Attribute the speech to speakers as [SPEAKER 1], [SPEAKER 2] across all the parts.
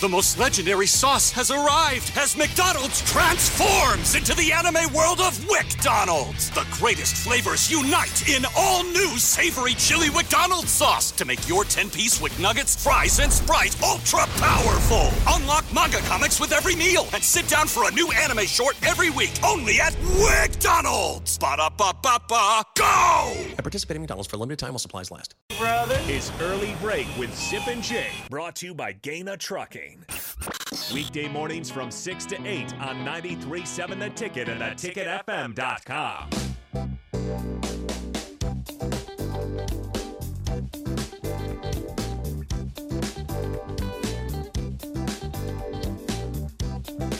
[SPEAKER 1] The most legendary sauce has arrived as McDonald's transforms into the anime world of WickDonald's. The greatest flavors unite in all new savory chili McDonald's sauce to make your 10-piece Wick Nuggets, fries, and Sprite ultra-powerful. Unlock manga comics with every meal and sit down for a new anime short every week only at WickDonald's. Ba-da-ba-ba-ba, go!
[SPEAKER 2] and participate in McDonald's for a limited time while supplies last.
[SPEAKER 3] It's Early Break with Zip and Jay, brought to you by Gaina Trucking. Weekday mornings from 6 to 8 on 93.7 The Ticket and theticketfm.com.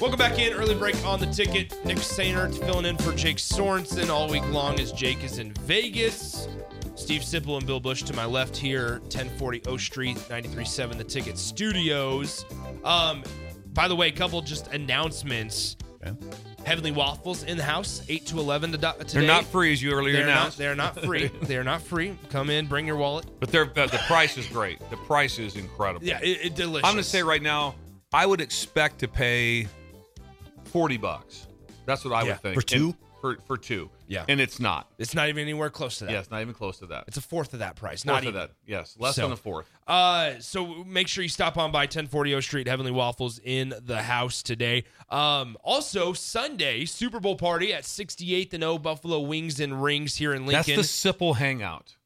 [SPEAKER 4] Welcome back in. Early break on the ticket. Nick Sainert filling in for Jake Sorensen all week long as Jake is in Vegas. Steve Sipple and Bill Bush to my left here, 1040 O Street, 937 The Ticket Studios. Um, by the way, a couple just announcements. Heavenly Waffles in the house, 8 to 11 to, today.
[SPEAKER 5] They're not free as you earlier
[SPEAKER 4] They're not,
[SPEAKER 5] announced,
[SPEAKER 4] they're not free. they're not free. Come in, bring your wallet.
[SPEAKER 5] but they're, uh, the price is great. The price is incredible.
[SPEAKER 4] Yeah, it, it delicious.
[SPEAKER 5] I'm going to say right now, I would expect to pay 40 bucks. That's what I
[SPEAKER 4] Yeah.
[SPEAKER 5] would think.
[SPEAKER 2] For two?
[SPEAKER 5] And- for, for two.
[SPEAKER 4] Yeah.
[SPEAKER 5] And it's not.
[SPEAKER 4] It's not even anywhere close to that.
[SPEAKER 5] Yeah, it's not even close to that.
[SPEAKER 4] It's a fourth of that price.
[SPEAKER 5] fourth
[SPEAKER 4] not
[SPEAKER 5] of
[SPEAKER 4] even.
[SPEAKER 5] that. Yes, less
[SPEAKER 4] So-
[SPEAKER 5] than a fourth.
[SPEAKER 4] Uh, so make sure you stop on by 1040 O Street, Heavenly Waffles in the house today. Um, also Sunday Super Bowl party at 68th and O Buffalo Wings and Rings here in Lincoln.
[SPEAKER 5] That's the Sipple hangout.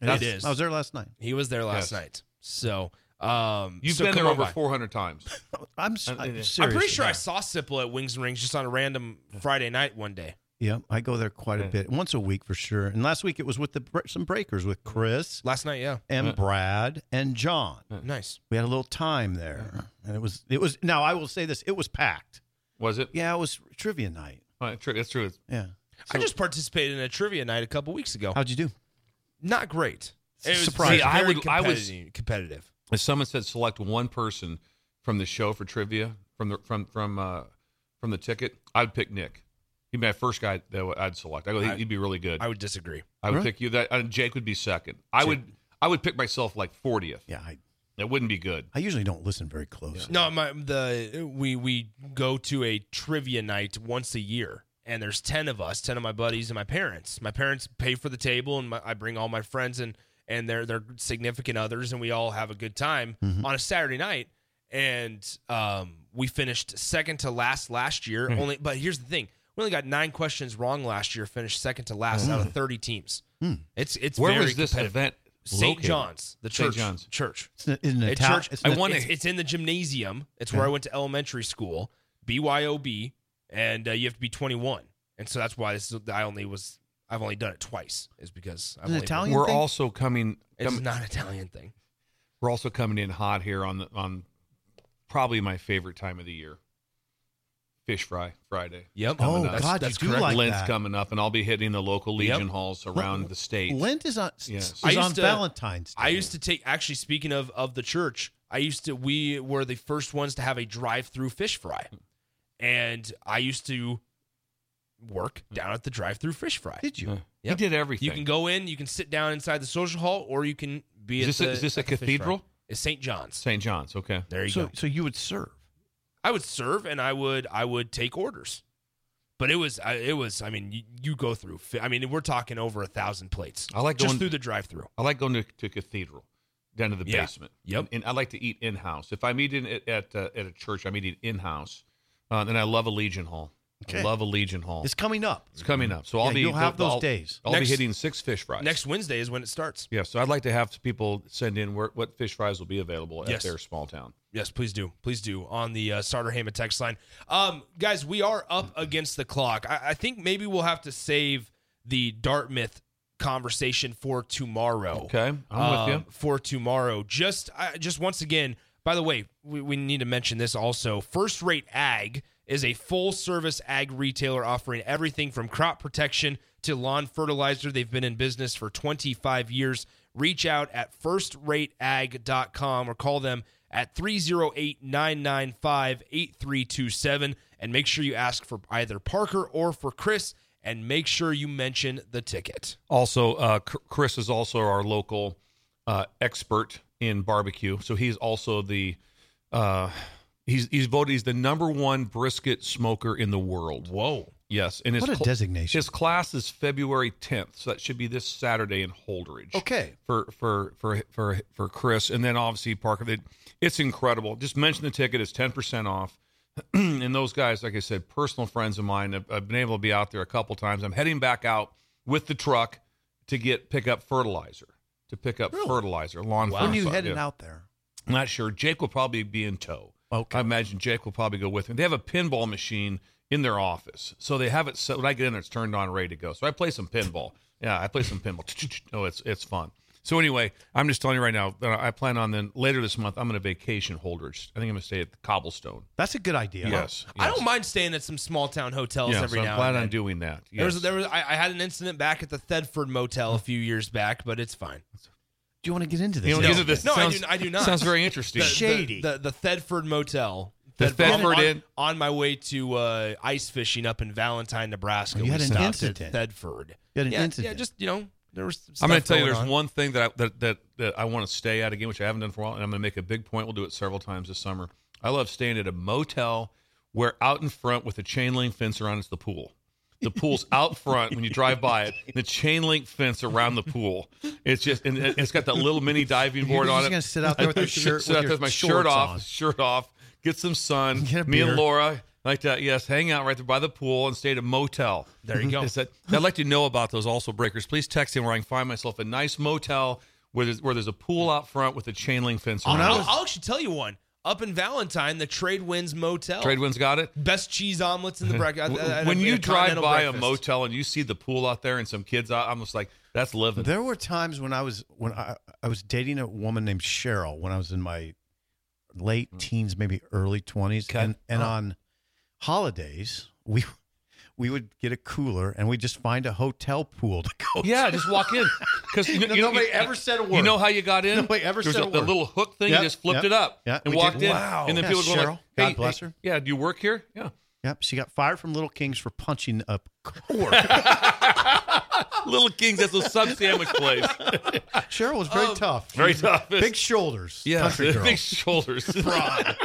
[SPEAKER 4] It is.
[SPEAKER 6] I was Oh, there last night.
[SPEAKER 4] He was there last
[SPEAKER 5] Yes.
[SPEAKER 4] night. So, um,
[SPEAKER 5] You've
[SPEAKER 4] so
[SPEAKER 5] been
[SPEAKER 4] come
[SPEAKER 5] there
[SPEAKER 4] on
[SPEAKER 5] over
[SPEAKER 4] by.
[SPEAKER 5] 400 times.
[SPEAKER 6] I'm, s-
[SPEAKER 5] Uh,
[SPEAKER 6] I'm
[SPEAKER 5] yeah.
[SPEAKER 6] serious.
[SPEAKER 4] I'm pretty sure I saw Sipple at Wings and Rings just on a random Friday night one day.
[SPEAKER 6] Yeah, I go there quite a
[SPEAKER 5] Yeah.
[SPEAKER 6] bit, once a week for sure. And last week it was with the br- some breakers with Chris
[SPEAKER 4] Last night, yeah.
[SPEAKER 6] and Brad and John.
[SPEAKER 4] Nice.
[SPEAKER 6] We had a little time there, and it was it was. Now I will say this: it was packed.
[SPEAKER 5] Was it?
[SPEAKER 6] Yeah, it was trivia night.
[SPEAKER 5] Uh, true. That's true. It's-
[SPEAKER 6] Yeah,
[SPEAKER 4] I just participated in a trivia night a couple weeks ago.
[SPEAKER 6] how'd you do?
[SPEAKER 4] Not great. It was
[SPEAKER 6] Surprising.
[SPEAKER 4] very
[SPEAKER 5] See, I would- I was-
[SPEAKER 4] competitive- competitive.
[SPEAKER 5] If someone said select one person from the show for trivia from the from from uh, from the ticket, I'd pick Nick. He'd be my first guy that would- I'd select. I go, he'd,
[SPEAKER 4] I-
[SPEAKER 5] he'd be really good.
[SPEAKER 4] I
[SPEAKER 5] I,
[SPEAKER 4] would disagree.
[SPEAKER 5] would
[SPEAKER 6] Really?
[SPEAKER 5] pick you. That uh, Jake would be second. I would I would pick myself like 40th.
[SPEAKER 6] Yeah, I
[SPEAKER 5] That wouldn't be good.
[SPEAKER 6] I usually don't listen very close.
[SPEAKER 4] No, my the we we go to a trivia night once a year, and there's ten of us, ten of my buddies and my parents. My parents pay for the table, and my, I bring all my friends and and their their significant others, and we all have a good time on a Saturday night. And um, we finished second to last last year. Only, but here's the thing: we only got nine questions wrong last year. Finished second to last out of thirty teams. It's it's
[SPEAKER 5] Where
[SPEAKER 4] very
[SPEAKER 5] was this
[SPEAKER 4] competitive.
[SPEAKER 5] event?
[SPEAKER 4] St.
[SPEAKER 5] located?
[SPEAKER 4] John's, the
[SPEAKER 5] St.
[SPEAKER 4] church.
[SPEAKER 5] John's.
[SPEAKER 4] church.
[SPEAKER 6] It's in, in
[SPEAKER 4] At
[SPEAKER 6] Ital-
[SPEAKER 4] church.
[SPEAKER 6] it's
[SPEAKER 5] I
[SPEAKER 6] in-
[SPEAKER 5] want- wanna-
[SPEAKER 4] It's, it's in the gymnasium. It's where I went to elementary school, BYOB, and uh, you have to be 21, and so that's why this is, I only was. I've only done it twice. Is because I'm
[SPEAKER 6] Is it
[SPEAKER 4] only
[SPEAKER 6] Italian?
[SPEAKER 5] We're
[SPEAKER 6] thing?
[SPEAKER 5] also coming.
[SPEAKER 4] It's
[SPEAKER 5] com-
[SPEAKER 4] not an Italian thing.
[SPEAKER 5] we're also coming in hot here on the on probably my favorite time of the year, fish fry Friday.
[SPEAKER 4] Yep.
[SPEAKER 6] Oh
[SPEAKER 5] up. That's-
[SPEAKER 6] God,
[SPEAKER 4] that's
[SPEAKER 6] you do
[SPEAKER 4] correct.
[SPEAKER 6] like
[SPEAKER 5] Lent's
[SPEAKER 6] that.
[SPEAKER 5] coming up, and I'll be hitting the local
[SPEAKER 4] Yep.
[SPEAKER 5] Legion halls around the state.
[SPEAKER 6] Lent is on s-
[SPEAKER 5] Yes.
[SPEAKER 6] is
[SPEAKER 4] I used
[SPEAKER 6] on
[SPEAKER 4] to-
[SPEAKER 6] Valentine's. Day.
[SPEAKER 4] I used to take. Actually, speaking of of the church, I used to. We were the first ones to have a drive-through fish fry, and I used to work down at the drive-through fish fry.
[SPEAKER 6] Did you?
[SPEAKER 5] He did everything.
[SPEAKER 4] You can go in, you can sit down inside the social hall, or you can be
[SPEAKER 5] Is
[SPEAKER 4] at
[SPEAKER 5] this a-
[SPEAKER 4] the,
[SPEAKER 5] is this a
[SPEAKER 4] at the fish fry.
[SPEAKER 5] cathedral?
[SPEAKER 4] It's St. John's.
[SPEAKER 5] St. John's. Okay.
[SPEAKER 4] There you
[SPEAKER 6] so
[SPEAKER 4] go.
[SPEAKER 6] so you would serve.
[SPEAKER 4] I would serve and I would I would take orders, but it was I, it was I mean you, you go through fi- I mean we're talking over a thousand plates.
[SPEAKER 5] I like
[SPEAKER 4] just
[SPEAKER 5] going-
[SPEAKER 4] through the drive-through.
[SPEAKER 5] I like going to, to cathedral, down to the
[SPEAKER 4] Yeah.
[SPEAKER 5] basement.
[SPEAKER 4] Yep.
[SPEAKER 5] And, and I like to eat in house. If I'm eating at at, uh, at a church, I'm eating in house. Uh, and I love a Legion hall.
[SPEAKER 6] Okay.
[SPEAKER 5] I love a Legion
[SPEAKER 4] Oh.
[SPEAKER 5] hall.
[SPEAKER 6] It's
[SPEAKER 5] It's,
[SPEAKER 6] coming up.
[SPEAKER 5] coming up, so I'll
[SPEAKER 6] Yeah,
[SPEAKER 5] be
[SPEAKER 6] you'll have those
[SPEAKER 5] I'll-
[SPEAKER 6] days.
[SPEAKER 5] I'll
[SPEAKER 4] Next-
[SPEAKER 5] be hitting six fish fries
[SPEAKER 4] Next Wednesday is when it starts.
[SPEAKER 5] Yeah, so I'd like to have people send in where, what fish fries will be available at
[SPEAKER 4] Yes.
[SPEAKER 5] their small town.
[SPEAKER 4] Yes, please do. Please do on the uh, Starter Hammond text line. Um, guys, we are up against the clock. I, I think maybe we'll have to save the Dartmouth conversation for tomorrow.
[SPEAKER 5] Okay, I'm with
[SPEAKER 4] um, for tomorrow. Just I, just once again, by the way, we, we need to mention this also. First Rate Ag is a full service ag retailer offering everything from crop protection to lawn fertilizer. They've been in business for 25 years. Reach out at firstrateag.com or call them at 308 995 8327 and make sure you ask for either Parker or for Chris and make sure you mention the ticket.
[SPEAKER 5] Also, uh, C- Chris is also our local uh, expert in barbecue. So he's also the uh, he's he's voted he's the number one brisket smoker in the world.
[SPEAKER 4] Whoa.
[SPEAKER 5] Yes, and his
[SPEAKER 6] What a designation.
[SPEAKER 5] His class is February 10th, so that should be this Saturday in Holderidge.
[SPEAKER 6] Okay.
[SPEAKER 5] For for for for for Chris, and then obviously Parker. They- It's incredible. Just mention the ticket; it's 10% off. and those guys, like I said, personal friends of mine. I've, I've been able to be out there a couple times. I'm heading back out with the truck to get pick up fertilizer to pick up fertilizer. Lawn.
[SPEAKER 4] Ah,
[SPEAKER 6] When are you
[SPEAKER 5] fertilizer.
[SPEAKER 6] headed
[SPEAKER 5] Yeah.
[SPEAKER 6] out there?
[SPEAKER 5] I'm not sure. Jake will probably be in tow.
[SPEAKER 6] Okay.
[SPEAKER 5] I imagine Jake will probably go with me. They have a pinball machine in their office, so they have it. So when I get in, it's turned on, ready to go. So I play some pinball. Yeah, I play some pinball. Oh, it's it's fun. So anyway, I'm just telling you right now. that I plan on then later this month. I'm going to vacation holders. I think I'm going to stay at the Cobblestone.
[SPEAKER 6] That's a good idea.
[SPEAKER 5] Yes,
[SPEAKER 4] I
[SPEAKER 5] yes.
[SPEAKER 4] don't mind staying at some small town hotels
[SPEAKER 5] Yeah,
[SPEAKER 4] every
[SPEAKER 5] so I'm
[SPEAKER 4] now
[SPEAKER 5] glad
[SPEAKER 4] and then.
[SPEAKER 5] I'm doing that.
[SPEAKER 4] There was,
[SPEAKER 5] Yes.
[SPEAKER 4] there was, I, I had an incident back at the Thedford Motel a few years back, but it's fine.
[SPEAKER 6] Do you want to get into this?
[SPEAKER 5] You know,
[SPEAKER 4] No.
[SPEAKER 5] these are the-
[SPEAKER 4] No, I do- I do not.
[SPEAKER 5] Sounds very interesting.
[SPEAKER 4] The,
[SPEAKER 6] Shady.
[SPEAKER 4] The, the, the Thedford Motel.
[SPEAKER 5] The
[SPEAKER 4] on-
[SPEAKER 5] Thedford
[SPEAKER 4] on,
[SPEAKER 5] Inn.
[SPEAKER 4] On my way to uh, ice fishing up in Valentine, Nebraska.
[SPEAKER 6] Oh, You
[SPEAKER 4] we
[SPEAKER 6] had an
[SPEAKER 4] stopped
[SPEAKER 6] incident.
[SPEAKER 4] At Thedford.
[SPEAKER 6] You had an
[SPEAKER 4] yeah,
[SPEAKER 6] incident.
[SPEAKER 4] Yeah, just, you know, there was some
[SPEAKER 5] I'm going to
[SPEAKER 4] stuff
[SPEAKER 5] tell you,
[SPEAKER 4] going
[SPEAKER 5] there's
[SPEAKER 4] on.
[SPEAKER 5] one thing that I, that, that that I want to stay at again, which I haven't done for a while, and I'm going to make a big point. We'll do it several times this summer. I love staying at a motel where out in front with a chain link fence around it's the pool. The pool's out front when you drive by it. The chain link fence around the pool. It's just and and it's got that little mini diving board
[SPEAKER 6] just
[SPEAKER 5] on it.
[SPEAKER 6] gonna sit out there with your shirt-
[SPEAKER 5] Sit out there
[SPEAKER 6] with your
[SPEAKER 5] with my shirt
[SPEAKER 6] shorts
[SPEAKER 5] off,
[SPEAKER 6] on.
[SPEAKER 5] shirt off. Get some sun.
[SPEAKER 6] Get a
[SPEAKER 5] Me and
[SPEAKER 6] beer.
[SPEAKER 5] Laura like to yes, hang out right there by the pool and stay at a motel.
[SPEAKER 4] There you go.
[SPEAKER 5] Is that- I'd like to know about those also breakers. Please text in where I can find myself a nice motel where there's, where there's a pool out front with a chain link fence
[SPEAKER 6] Oh, no.
[SPEAKER 5] around.
[SPEAKER 4] I'll, I'll actually tell you one. Up in Valentine, the Trade Winds Motel.
[SPEAKER 5] Trade Wind's got it.
[SPEAKER 4] Best cheese omelets in the breakfast.
[SPEAKER 6] Uh,
[SPEAKER 5] W- When you drive by a motel and you see the pool out there and some kids out, I'm just like, that's living.
[SPEAKER 6] There were times when I was when I, I was dating a woman named Cheryl when I was in my late teens, maybe early twenties,
[SPEAKER 5] Hmm. Okay.
[SPEAKER 6] and and
[SPEAKER 5] Oh.
[SPEAKER 6] on holidays we we would get a cooler and we would just find a hotel pool to go.
[SPEAKER 5] Yeah, just walk in because you know,
[SPEAKER 6] No,
[SPEAKER 5] you know-
[SPEAKER 6] nobody
[SPEAKER 5] you-
[SPEAKER 6] ever said a
[SPEAKER 5] You
[SPEAKER 6] word.
[SPEAKER 5] know how you got in?
[SPEAKER 6] Nobody ever
[SPEAKER 5] There was
[SPEAKER 6] said
[SPEAKER 5] a,
[SPEAKER 6] a word.
[SPEAKER 5] little hook thing.
[SPEAKER 6] Yep,
[SPEAKER 5] you just flipped
[SPEAKER 6] yep,
[SPEAKER 5] it up
[SPEAKER 6] yeah,
[SPEAKER 5] and
[SPEAKER 6] we
[SPEAKER 5] walked
[SPEAKER 6] did.
[SPEAKER 5] in.
[SPEAKER 6] Wow.
[SPEAKER 5] And then
[SPEAKER 6] Yeah,
[SPEAKER 5] people were going like,
[SPEAKER 6] Cheryl,
[SPEAKER 5] hey,
[SPEAKER 6] God bless
[SPEAKER 5] hey,
[SPEAKER 6] her.
[SPEAKER 5] Yeah, do you work here? Yeah,
[SPEAKER 6] Yep, she got fired from Little Kings for punching up core.
[SPEAKER 5] Little Kings. That's a sub sandwich place.
[SPEAKER 6] Cheryl was very tough.
[SPEAKER 5] Um, very tough.
[SPEAKER 6] Big shoulders.
[SPEAKER 5] Yeah,
[SPEAKER 6] Country girl.
[SPEAKER 5] big shoulders.
[SPEAKER 4] Broad.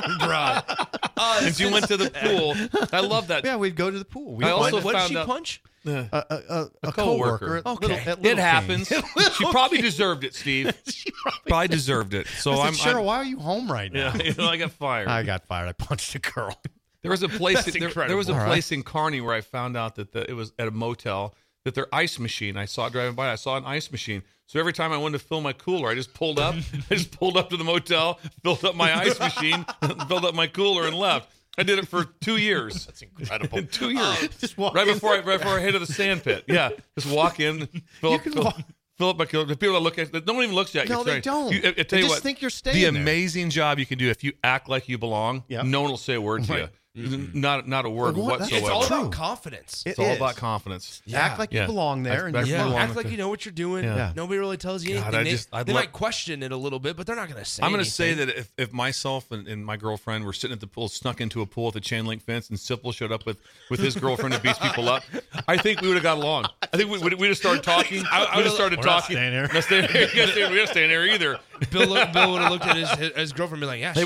[SPEAKER 4] Uh,
[SPEAKER 5] and she went to the pool. I love that.
[SPEAKER 6] yeah, we'd go to the pool. We'd
[SPEAKER 5] I
[SPEAKER 6] find
[SPEAKER 5] also
[SPEAKER 4] what did
[SPEAKER 5] found
[SPEAKER 4] she
[SPEAKER 5] out-
[SPEAKER 4] punch?
[SPEAKER 6] a, a, a, a
[SPEAKER 5] coworker.
[SPEAKER 6] coworker. at Little-
[SPEAKER 4] Okay.
[SPEAKER 6] at Little
[SPEAKER 5] It
[SPEAKER 6] Kings.
[SPEAKER 5] happens. she probably deserved it, Steve. she probably, deserved it. So
[SPEAKER 6] I
[SPEAKER 5] I'm,
[SPEAKER 6] said, Cheryl,
[SPEAKER 5] I'm-
[SPEAKER 6] why are you home right now?
[SPEAKER 5] yeah, you know, I got fired.
[SPEAKER 6] I got fired. I punched a girl.
[SPEAKER 5] there was a place.
[SPEAKER 4] That's
[SPEAKER 5] There, there was a
[SPEAKER 6] incredible. All right.
[SPEAKER 5] place in Kearney where I found out that the, it was at a motel that their ice machine. I saw it driving by. I saw an ice machine. So every time I wanted to fill my cooler, I just pulled up. I just pulled up to the motel, filled up my ice machine, filled up my cooler, and left. I did it for two years. That's incredible. two years.
[SPEAKER 6] Just walk
[SPEAKER 5] right
[SPEAKER 6] in
[SPEAKER 5] before I right before I hit the sand pit. Yeah, just walk in, fill
[SPEAKER 6] You
[SPEAKER 5] up,
[SPEAKER 6] can
[SPEAKER 5] fill,
[SPEAKER 6] walk-
[SPEAKER 5] fill up my cooler. The people that look at no one even looks at you.
[SPEAKER 6] No,
[SPEAKER 5] Sorry.
[SPEAKER 6] they don't.
[SPEAKER 5] You, I, I tell
[SPEAKER 6] They
[SPEAKER 5] you
[SPEAKER 6] just
[SPEAKER 5] what,
[SPEAKER 6] think you're
[SPEAKER 5] The
[SPEAKER 6] staying there.
[SPEAKER 5] amazing job you can do if you act like you belong.
[SPEAKER 6] Yeah.
[SPEAKER 5] No one will say a word to
[SPEAKER 6] Right.
[SPEAKER 5] you. Not not a word
[SPEAKER 6] What? That's
[SPEAKER 5] whatsoever.
[SPEAKER 4] It's all
[SPEAKER 6] True.
[SPEAKER 4] about confidence.
[SPEAKER 5] It's all
[SPEAKER 6] is.
[SPEAKER 5] about confidence.
[SPEAKER 6] Act like
[SPEAKER 5] Yeah.
[SPEAKER 6] you belong there.
[SPEAKER 5] Act-
[SPEAKER 6] and you're
[SPEAKER 5] act-
[SPEAKER 6] fine.
[SPEAKER 5] yeah.
[SPEAKER 4] Act like you know what you're doing.
[SPEAKER 5] Yeah.
[SPEAKER 6] Yeah.
[SPEAKER 4] Nobody really tells you
[SPEAKER 5] God,
[SPEAKER 4] anything.
[SPEAKER 5] I
[SPEAKER 4] they
[SPEAKER 5] just- I'd
[SPEAKER 4] they
[SPEAKER 5] love-
[SPEAKER 4] might question it a little bit, but they're not going to say.
[SPEAKER 5] I'm going to
[SPEAKER 4] anything.
[SPEAKER 5] say that if, if myself and, and my girlfriend were sitting at the pool, snuck into a pool with a chain link fence, and Sipple showed up with, with his girlfriend and beats people up, I think we would have got along. I think we would we have started talking. I, would have started
[SPEAKER 6] We're not
[SPEAKER 5] talking.
[SPEAKER 6] staying here.
[SPEAKER 5] Not staying here. We're not staying- we're not staying here either.
[SPEAKER 4] Bill, Bill would have looked at his, his, his girlfriend and be like, yeah, she-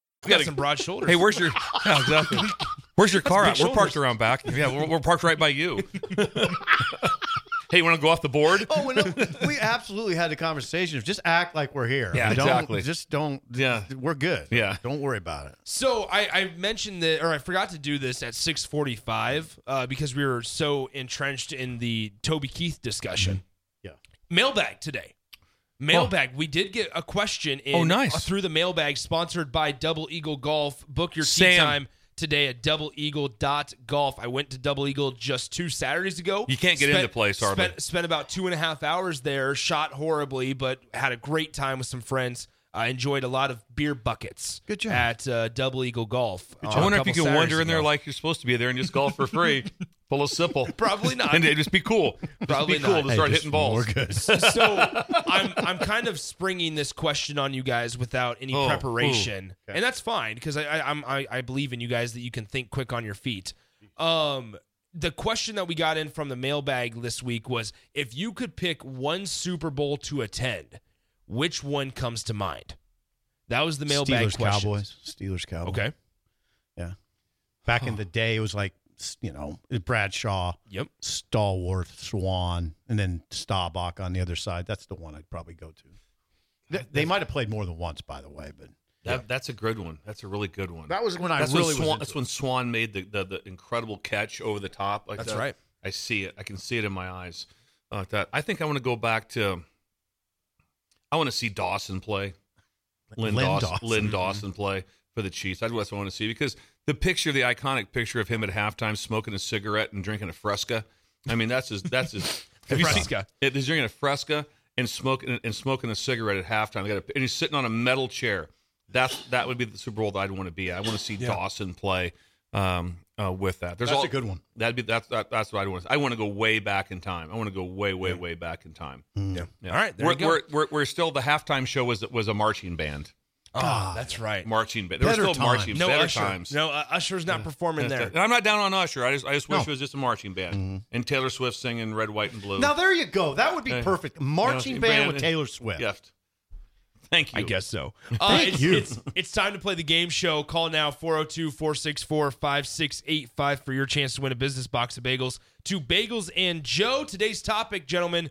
[SPEAKER 4] I got some broad shoulders.
[SPEAKER 5] Hey, where's your yeah, exactly. Where's your car at?
[SPEAKER 4] big
[SPEAKER 5] We're parked
[SPEAKER 4] shoulders.
[SPEAKER 5] around back. Yeah, we're, we're parked right by you. Hey, want to go off the board?
[SPEAKER 6] Oh, and no, we absolutely had the conversation. of Just act like we're here.
[SPEAKER 5] Yeah,
[SPEAKER 6] I mean, don't,
[SPEAKER 5] exactly.
[SPEAKER 6] Just don't.
[SPEAKER 5] Yeah.
[SPEAKER 6] we're good.
[SPEAKER 5] Yeah.
[SPEAKER 6] don't worry about it.
[SPEAKER 4] So I, I mentioned that, or I forgot to do this at 6:45 uh, because we were so entrenched in the Toby Keith
[SPEAKER 5] Mm-hmm.
[SPEAKER 4] discussion.
[SPEAKER 6] Yeah.
[SPEAKER 4] mailbag today. Mailbag. We did get a question in.
[SPEAKER 5] Oh, nice.
[SPEAKER 4] uh, through the mailbag, sponsored by Double Eagle Golf. Book your tee
[SPEAKER 5] Sam.
[SPEAKER 4] time today at doubleeagle.golf. I went to Double Eagle just two Saturdays ago.
[SPEAKER 5] You can't get into the place, hardly.
[SPEAKER 4] Spent, spent about two and a half hours there. Shot horribly, but had a great time with some friends. I enjoyed a lot of beer buckets.
[SPEAKER 6] Good job.
[SPEAKER 4] at uh, Double Eagle Golf. uh,
[SPEAKER 5] I wonder
[SPEAKER 4] a
[SPEAKER 5] if you
[SPEAKER 4] couple
[SPEAKER 5] can wander
[SPEAKER 4] Saturdays
[SPEAKER 5] in there
[SPEAKER 4] ago.
[SPEAKER 5] like you're supposed to be there and just golf for free, full of simple.
[SPEAKER 4] Probably not.
[SPEAKER 5] And it'd just be cool. Just
[SPEAKER 4] Probably
[SPEAKER 5] be cool
[SPEAKER 4] not.
[SPEAKER 5] to start
[SPEAKER 6] Hey, just-
[SPEAKER 5] hitting balls.
[SPEAKER 6] We're good.
[SPEAKER 4] so I'm I'm kind of springing this question on you guys without any
[SPEAKER 5] Oh,
[SPEAKER 4] preparation, and that's fine because I, I I'm I, I believe in you guys that you can think quick on your feet. Um, the question that we got in from the mailbag this week was if you could pick one Super Bowl to attend, which one comes to mind? That was the mailbag
[SPEAKER 6] Steelers
[SPEAKER 4] question.
[SPEAKER 6] Cowboys. Steelers Cowboys.
[SPEAKER 4] Okay.
[SPEAKER 6] Back in the day, it was like s- you know Bradshaw,
[SPEAKER 4] Yep.
[SPEAKER 6] Stallworth, Swan, and then Staubach on the other side. That's the one I'd probably go to. They, they might have played more than once, by the way, but
[SPEAKER 5] That, that's a good one. That's a really good one.
[SPEAKER 6] that was when I
[SPEAKER 5] that's when
[SPEAKER 6] really
[SPEAKER 5] Swan,
[SPEAKER 6] was.
[SPEAKER 5] that's when Swan made the, the, the incredible catch over the top. Like
[SPEAKER 4] That's
[SPEAKER 5] that.
[SPEAKER 4] right.
[SPEAKER 5] I see it. I can see it in my eyes. Uh, like that. I think I want to go back to. I want to see Dawson play. Lynn,
[SPEAKER 6] Lynn
[SPEAKER 5] Dawson,
[SPEAKER 6] Dawson.
[SPEAKER 5] Lynn Dawson play for the Chiefs. That's what I want to see because the picture, the iconic picture of him at halftime smoking a cigarette and drinking a Fresca. I mean, that's his. That's his. have you seen-
[SPEAKER 4] Fresca.
[SPEAKER 5] Yeah, He's drinking a Fresca and smoking and smoking a cigarette at halftime. They got a- and he's sitting on a metal chair. That's that would be the Super Bowl that I'd want to be. at. I want to see Dawson play um, uh, with that. There's
[SPEAKER 6] That's
[SPEAKER 5] all,
[SPEAKER 6] a good one.
[SPEAKER 5] That'd be that's that, that's what I want. I want to go way back in time. I want to go way way way back in time. Yeah.
[SPEAKER 6] Mm.
[SPEAKER 4] All right, Mm. there
[SPEAKER 5] we're,
[SPEAKER 4] you go.
[SPEAKER 5] We're, we're we're still the halftime show was was a marching band. ah,
[SPEAKER 4] Oh, that's right.
[SPEAKER 5] Marching band. There were
[SPEAKER 6] Better
[SPEAKER 5] still
[SPEAKER 6] times.
[SPEAKER 5] marching
[SPEAKER 4] No
[SPEAKER 5] better
[SPEAKER 4] Usher.
[SPEAKER 5] times.
[SPEAKER 4] No uh, Usher's not performing there.
[SPEAKER 5] That's- that- and I'm not down on Usher. I just I just wish
[SPEAKER 6] No.
[SPEAKER 5] it was just a marching band
[SPEAKER 4] Mm-hmm.
[SPEAKER 5] and Taylor Swift singing Red, White, and Blue.
[SPEAKER 6] Now there you go. That would be
[SPEAKER 5] Yeah.
[SPEAKER 6] perfect. Marching
[SPEAKER 5] Yeah.
[SPEAKER 6] band
[SPEAKER 5] Band-
[SPEAKER 6] with Taylor Swift.
[SPEAKER 5] Gift. Thank you.
[SPEAKER 4] I guess so. Uh,
[SPEAKER 6] Thank
[SPEAKER 4] it's,
[SPEAKER 6] you.
[SPEAKER 4] It's, it's time to play the game show. Call now 402 464 5685 for your chance to win a business box of bagels to Bagels and Joe. Today's topic, gentlemen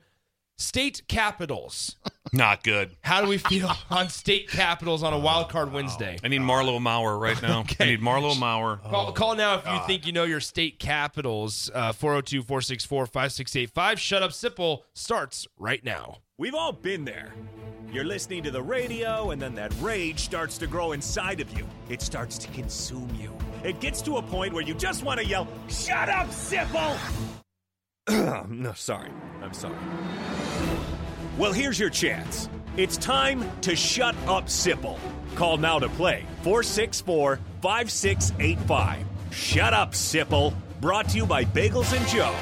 [SPEAKER 4] state capitals.
[SPEAKER 5] Not good.
[SPEAKER 4] How do we feel on state capitals on a wild card Wednesday?
[SPEAKER 6] Oh.
[SPEAKER 5] I need Marlo Maurer right now. I need Marlo Maurer.
[SPEAKER 4] Call, call now if you think you know your state capitals. uh, 402 464 5685. Shut Up Simple starts right now.
[SPEAKER 3] We've all been there. You're listening to the radio, and then that rage starts to grow inside of you. It starts to consume you. It gets to a point where you just want to yell, Shut up, Sipple! no, sorry. I'm sorry. Well, here's your chance. It's time to shut up, Sipple. Call now to play 464 5685. Shut up, Sipple. Brought to you by Bagels and Joe.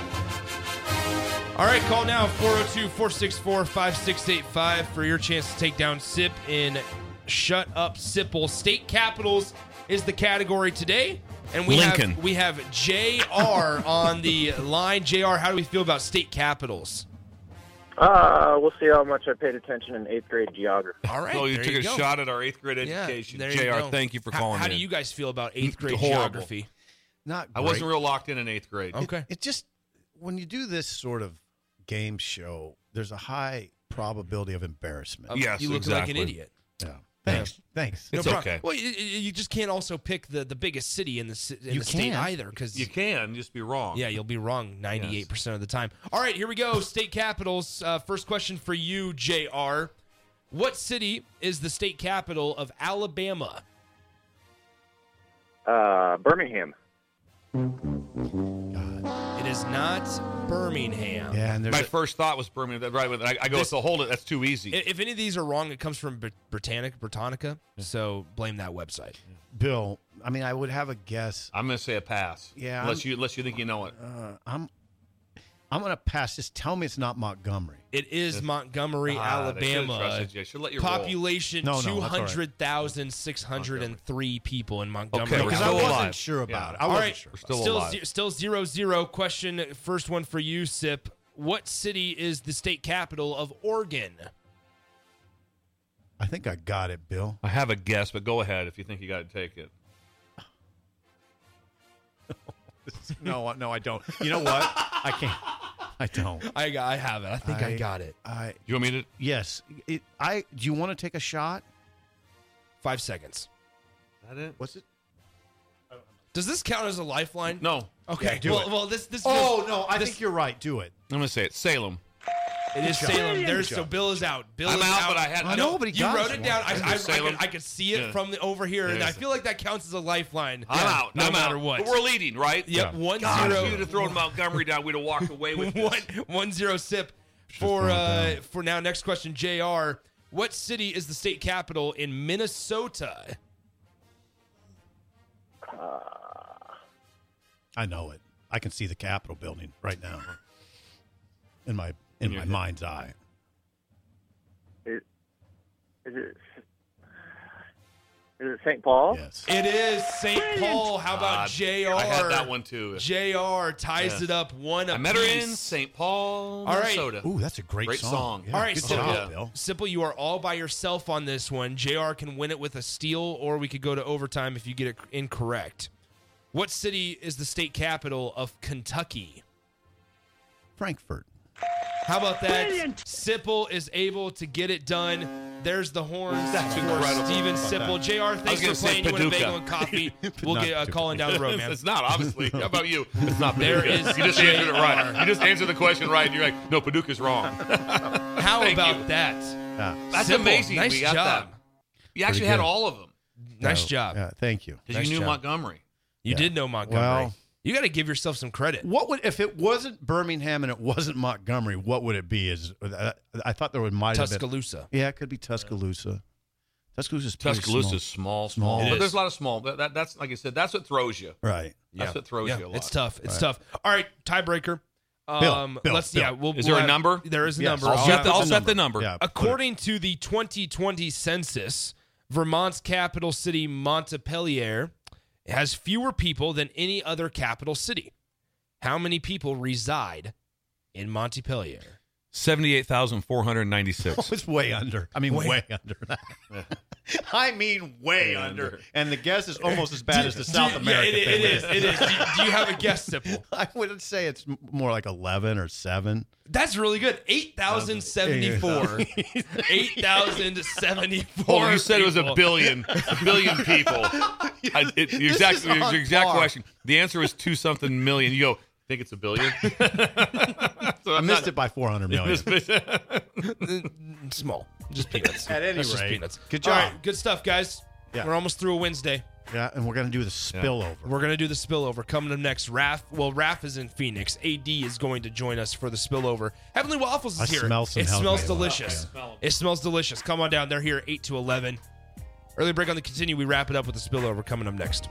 [SPEAKER 4] All right, call now 402 464 5685 for your chance to take down SIP in Shut Up Sipple. State capitals is the category today. And we
[SPEAKER 5] Lincoln.
[SPEAKER 4] have we have JR on the line. JR, how do we feel about state capitals?
[SPEAKER 7] Uh, we'll see how much I paid attention in eighth grade geography.
[SPEAKER 4] All right.
[SPEAKER 5] Oh, you
[SPEAKER 4] there
[SPEAKER 5] took a
[SPEAKER 4] go.
[SPEAKER 5] shot at our eighth grade
[SPEAKER 4] Yeah,
[SPEAKER 5] education.
[SPEAKER 4] there you
[SPEAKER 5] JR,
[SPEAKER 4] go.
[SPEAKER 5] thank you for
[SPEAKER 4] How-
[SPEAKER 5] calling
[SPEAKER 4] How,
[SPEAKER 5] in.
[SPEAKER 4] do you guys feel about eighth grade
[SPEAKER 5] Horrible.
[SPEAKER 4] geography?
[SPEAKER 6] Not
[SPEAKER 5] I
[SPEAKER 6] great.
[SPEAKER 5] wasn't real locked in in eighth grade.
[SPEAKER 4] Okay.
[SPEAKER 6] It, it just when you do this sort of game show, there's a high probability of embarrassment.
[SPEAKER 5] Yeah. Yes,
[SPEAKER 4] Uh, you look like
[SPEAKER 5] exactly.
[SPEAKER 4] an idiot.
[SPEAKER 6] Oh, Yeah. Thanks. Thanks.
[SPEAKER 5] It's
[SPEAKER 4] problem.
[SPEAKER 5] okay.
[SPEAKER 4] Well, you, you you just can't also pick the, the biggest city in the, ci- in
[SPEAKER 6] You
[SPEAKER 4] the state
[SPEAKER 6] can.
[SPEAKER 4] either because
[SPEAKER 5] You can just be wrong.
[SPEAKER 4] Yeah, you'll be wrong 98% of the time. All right, here we go. State capitals. Uh, first question for you, JR. What city is the state capital of Alabama?
[SPEAKER 7] Uh, Birmingham.
[SPEAKER 4] It is not Birmingham.
[SPEAKER 6] Yeah, and there's
[SPEAKER 5] My
[SPEAKER 6] a-
[SPEAKER 5] first thought was Birmingham. That- Right, with I, I go,
[SPEAKER 4] This-
[SPEAKER 5] so hold it. That's too easy.
[SPEAKER 4] I- If any of these are wrong, it comes from Brit- Britannic, Britannica. So blame that website.
[SPEAKER 6] Bill. I mean, I would have a guess.
[SPEAKER 5] I'm going to say a pass.
[SPEAKER 6] Yeah,
[SPEAKER 5] Unless
[SPEAKER 6] I'm-
[SPEAKER 5] you unless you think you know it.
[SPEAKER 6] Uh, I'm I'm gonna pass. Just tell me it's not Montgomery.
[SPEAKER 4] It is Montgomory,
[SPEAKER 5] Ah, they should've
[SPEAKER 4] Alabama.
[SPEAKER 5] trusted you. I should let you roll.
[SPEAKER 4] Population
[SPEAKER 6] No, no, that's all right.
[SPEAKER 4] 200,603 people in Montgomery.
[SPEAKER 5] Okay, we're
[SPEAKER 6] Because I
[SPEAKER 5] still
[SPEAKER 6] wasn't
[SPEAKER 5] alive.
[SPEAKER 6] sure about
[SPEAKER 5] Yeah.
[SPEAKER 6] it. I
[SPEAKER 4] All
[SPEAKER 6] wasn't
[SPEAKER 4] right.
[SPEAKER 6] sure.
[SPEAKER 5] We're still, alive.
[SPEAKER 4] ze- still zero zero. Question first one for you, Sip. What city is the state capital of Oregon?
[SPEAKER 6] I think I got it, Bill.
[SPEAKER 5] I have a guess, but go ahead if you think you got to take it.
[SPEAKER 6] No, I- no, I don't. You know what? I can't. I don't.
[SPEAKER 4] I got, I have it. I think I,
[SPEAKER 6] I-
[SPEAKER 4] got it.
[SPEAKER 6] I
[SPEAKER 5] You want me to?
[SPEAKER 6] yes. It, I do. You want to take a shot?
[SPEAKER 4] Five seconds.
[SPEAKER 5] That it?
[SPEAKER 6] What's it?
[SPEAKER 4] Does this count as a lifeline?
[SPEAKER 5] No.
[SPEAKER 4] Okay.
[SPEAKER 5] Yeah, do
[SPEAKER 4] well,
[SPEAKER 5] it.
[SPEAKER 4] well, this this.
[SPEAKER 6] Oh
[SPEAKER 4] feels-
[SPEAKER 6] no! I
[SPEAKER 4] this-
[SPEAKER 6] think you're right. Do it.
[SPEAKER 5] I'm gonna say it. Salem.
[SPEAKER 4] It is Salem. There's
[SPEAKER 6] Good
[SPEAKER 4] so
[SPEAKER 6] job.
[SPEAKER 4] Bill is out. Bill
[SPEAKER 5] I'm
[SPEAKER 4] is
[SPEAKER 5] out, but I had- I know,
[SPEAKER 6] but he
[SPEAKER 4] you
[SPEAKER 6] got
[SPEAKER 4] wrote
[SPEAKER 6] it.
[SPEAKER 4] it down. I,
[SPEAKER 5] Is it
[SPEAKER 4] I, I,
[SPEAKER 5] Salem?
[SPEAKER 4] could, I could see it
[SPEAKER 5] Yeah.
[SPEAKER 4] from the, over here, and
[SPEAKER 5] Yeah.
[SPEAKER 4] I feel like that counts as a lifeline.
[SPEAKER 5] I'm
[SPEAKER 4] Yeah,
[SPEAKER 5] out.
[SPEAKER 4] No
[SPEAKER 5] I'm
[SPEAKER 4] matter
[SPEAKER 5] out.
[SPEAKER 4] what.
[SPEAKER 5] But we're leading, right?
[SPEAKER 4] Yep. One
[SPEAKER 5] God,
[SPEAKER 4] zero.
[SPEAKER 5] if you'd have thrown Montgomery down, we'd have walked away with this.
[SPEAKER 4] one one zero sip for uh, for now. Next question, Jr. What city is the state capital in Minnesota?
[SPEAKER 6] I know it. I can see the Capitol building right now in my in my
[SPEAKER 5] Yeah.
[SPEAKER 6] mind's eye.
[SPEAKER 7] Is, is it? Is it St. Paul?
[SPEAKER 6] Yes.
[SPEAKER 4] It is St. Paul. How
[SPEAKER 5] God,
[SPEAKER 4] about Jr.
[SPEAKER 5] I had that one too.
[SPEAKER 4] Jr. ties
[SPEAKER 5] Yes.
[SPEAKER 4] it up one.
[SPEAKER 5] I met her in
[SPEAKER 4] apiece.
[SPEAKER 5] St. Paul,
[SPEAKER 4] All right.
[SPEAKER 5] Minnesota.
[SPEAKER 6] Ooh, that's a great,
[SPEAKER 5] Great song.
[SPEAKER 6] Yeah,
[SPEAKER 4] all right,
[SPEAKER 6] good
[SPEAKER 4] Simple.
[SPEAKER 6] job,
[SPEAKER 5] Yeah.
[SPEAKER 6] Bill.
[SPEAKER 4] Simple, you are all by yourself on this one. JR can win it with a steal, or we could go to overtime if you get it incorrect. What city is the state capital of Kentucky?
[SPEAKER 6] Frankfurt.
[SPEAKER 4] How about that? Sipple is able to get it done. There's the horns
[SPEAKER 5] That's
[SPEAKER 4] for
[SPEAKER 5] incredible.
[SPEAKER 4] Steven Sipple. JR, thanks for
[SPEAKER 5] gonna say
[SPEAKER 4] playing. You want a
[SPEAKER 5] Paducah.
[SPEAKER 4] bagel and coffee? We'll
[SPEAKER 6] Not
[SPEAKER 4] get uh, calling down the road, man.
[SPEAKER 5] It's not, obviously. How about you? It's not
[SPEAKER 4] There
[SPEAKER 5] Paducah.
[SPEAKER 4] is
[SPEAKER 5] You just
[SPEAKER 4] J.R.
[SPEAKER 5] answered it right. You just answered the question right, and you're like, no, Paducah's wrong.
[SPEAKER 4] How
[SPEAKER 5] Thank
[SPEAKER 4] about
[SPEAKER 5] you.
[SPEAKER 4] that?
[SPEAKER 6] Yeah.
[SPEAKER 5] That's
[SPEAKER 4] Simple.
[SPEAKER 5] amazing.
[SPEAKER 4] Nice
[SPEAKER 5] we got
[SPEAKER 4] job.
[SPEAKER 5] that. You actually had
[SPEAKER 6] good.
[SPEAKER 5] all of them
[SPEAKER 4] Nice
[SPEAKER 6] No,
[SPEAKER 4] job.
[SPEAKER 6] Yeah, thank you.
[SPEAKER 5] because
[SPEAKER 4] Nice
[SPEAKER 5] you knew
[SPEAKER 4] job.
[SPEAKER 5] Montgomery.
[SPEAKER 4] You
[SPEAKER 6] Yeah.
[SPEAKER 4] did know Montgomery.
[SPEAKER 6] Well-
[SPEAKER 4] you got to give yourself some credit.
[SPEAKER 6] What would if it wasn't Birmingham and it wasn't Montgomery? What would it be? Is I, I thought there would might have been.
[SPEAKER 4] Tuscaloosa.
[SPEAKER 6] Yeah, it could be Tuscaloosa. Tuscaloosa's pretty
[SPEAKER 5] Tuscaloosa is
[SPEAKER 6] small.
[SPEAKER 5] small, small.
[SPEAKER 6] Small. It
[SPEAKER 5] But
[SPEAKER 4] is.
[SPEAKER 5] there's a lot of small. That, that, that's, like I said, that's what throws you.
[SPEAKER 6] right?
[SPEAKER 4] Yeah.
[SPEAKER 5] That's what throws you a lot.
[SPEAKER 4] It's tough. It's
[SPEAKER 6] Right.
[SPEAKER 4] tough. All right, tiebreaker.
[SPEAKER 6] Bill,
[SPEAKER 4] Um,
[SPEAKER 6] Bill,
[SPEAKER 4] let's.
[SPEAKER 6] Bill.
[SPEAKER 4] Yeah, we'll,
[SPEAKER 5] Is
[SPEAKER 4] we'll
[SPEAKER 5] there a
[SPEAKER 4] have-
[SPEAKER 5] number?
[SPEAKER 4] There is a
[SPEAKER 6] Yes.
[SPEAKER 4] number.
[SPEAKER 5] I'll
[SPEAKER 4] I'll
[SPEAKER 5] set
[SPEAKER 4] have-
[SPEAKER 5] the-
[SPEAKER 4] I'll
[SPEAKER 5] I'll set the number.
[SPEAKER 6] Yeah, put it-
[SPEAKER 4] According to the 2020 census, Vermont's capital city, Montpelier, has fewer people than any other capital city. How many people reside in Montpelier?
[SPEAKER 5] 78,496.
[SPEAKER 6] oh, It's way under. I mean, way, under. I mean, way, under.
[SPEAKER 5] under.
[SPEAKER 6] And the guess is almost as bad as the South
[SPEAKER 4] Yeah,
[SPEAKER 6] America
[SPEAKER 4] it-
[SPEAKER 6] thing.
[SPEAKER 4] it is. It is. Do you- Do you have a guess, Sipple?
[SPEAKER 6] I wouldn't say it's m- more like eleven or seven.
[SPEAKER 4] That's really good. 8,074. 8,074.
[SPEAKER 5] Oh, you said it was a
[SPEAKER 4] people.
[SPEAKER 5] billion, a billion people. I, it,
[SPEAKER 6] This
[SPEAKER 5] exact,
[SPEAKER 6] is
[SPEAKER 5] your
[SPEAKER 6] on
[SPEAKER 5] exact
[SPEAKER 6] par.
[SPEAKER 5] question. The answer was two something million. You go, think it's a billion? so
[SPEAKER 6] I missed it by four hundred million.
[SPEAKER 4] Small. Just peanuts.
[SPEAKER 6] At any
[SPEAKER 4] That's just
[SPEAKER 6] rate.
[SPEAKER 4] peanuts.
[SPEAKER 6] Good
[SPEAKER 4] All
[SPEAKER 6] job.
[SPEAKER 4] right, good stuff, guys.
[SPEAKER 6] Yeah.
[SPEAKER 4] We're almost through a Wednesday.
[SPEAKER 6] Yeah, and we're gonna do the spillover.
[SPEAKER 4] We're gonna do the spillover coming up next. Raf, well, Raf is in Phoenix. AD is going to join us for the spillover. Heavenly Waffles is
[SPEAKER 6] I
[SPEAKER 4] here.
[SPEAKER 6] smell some
[SPEAKER 4] it
[SPEAKER 6] Heavenly
[SPEAKER 4] smells
[SPEAKER 6] Waffles.
[SPEAKER 4] delicious. It smells delicious. Come on down. They're here eight to eleven. Early break on the continue. We wrap it up with the spillover coming up next.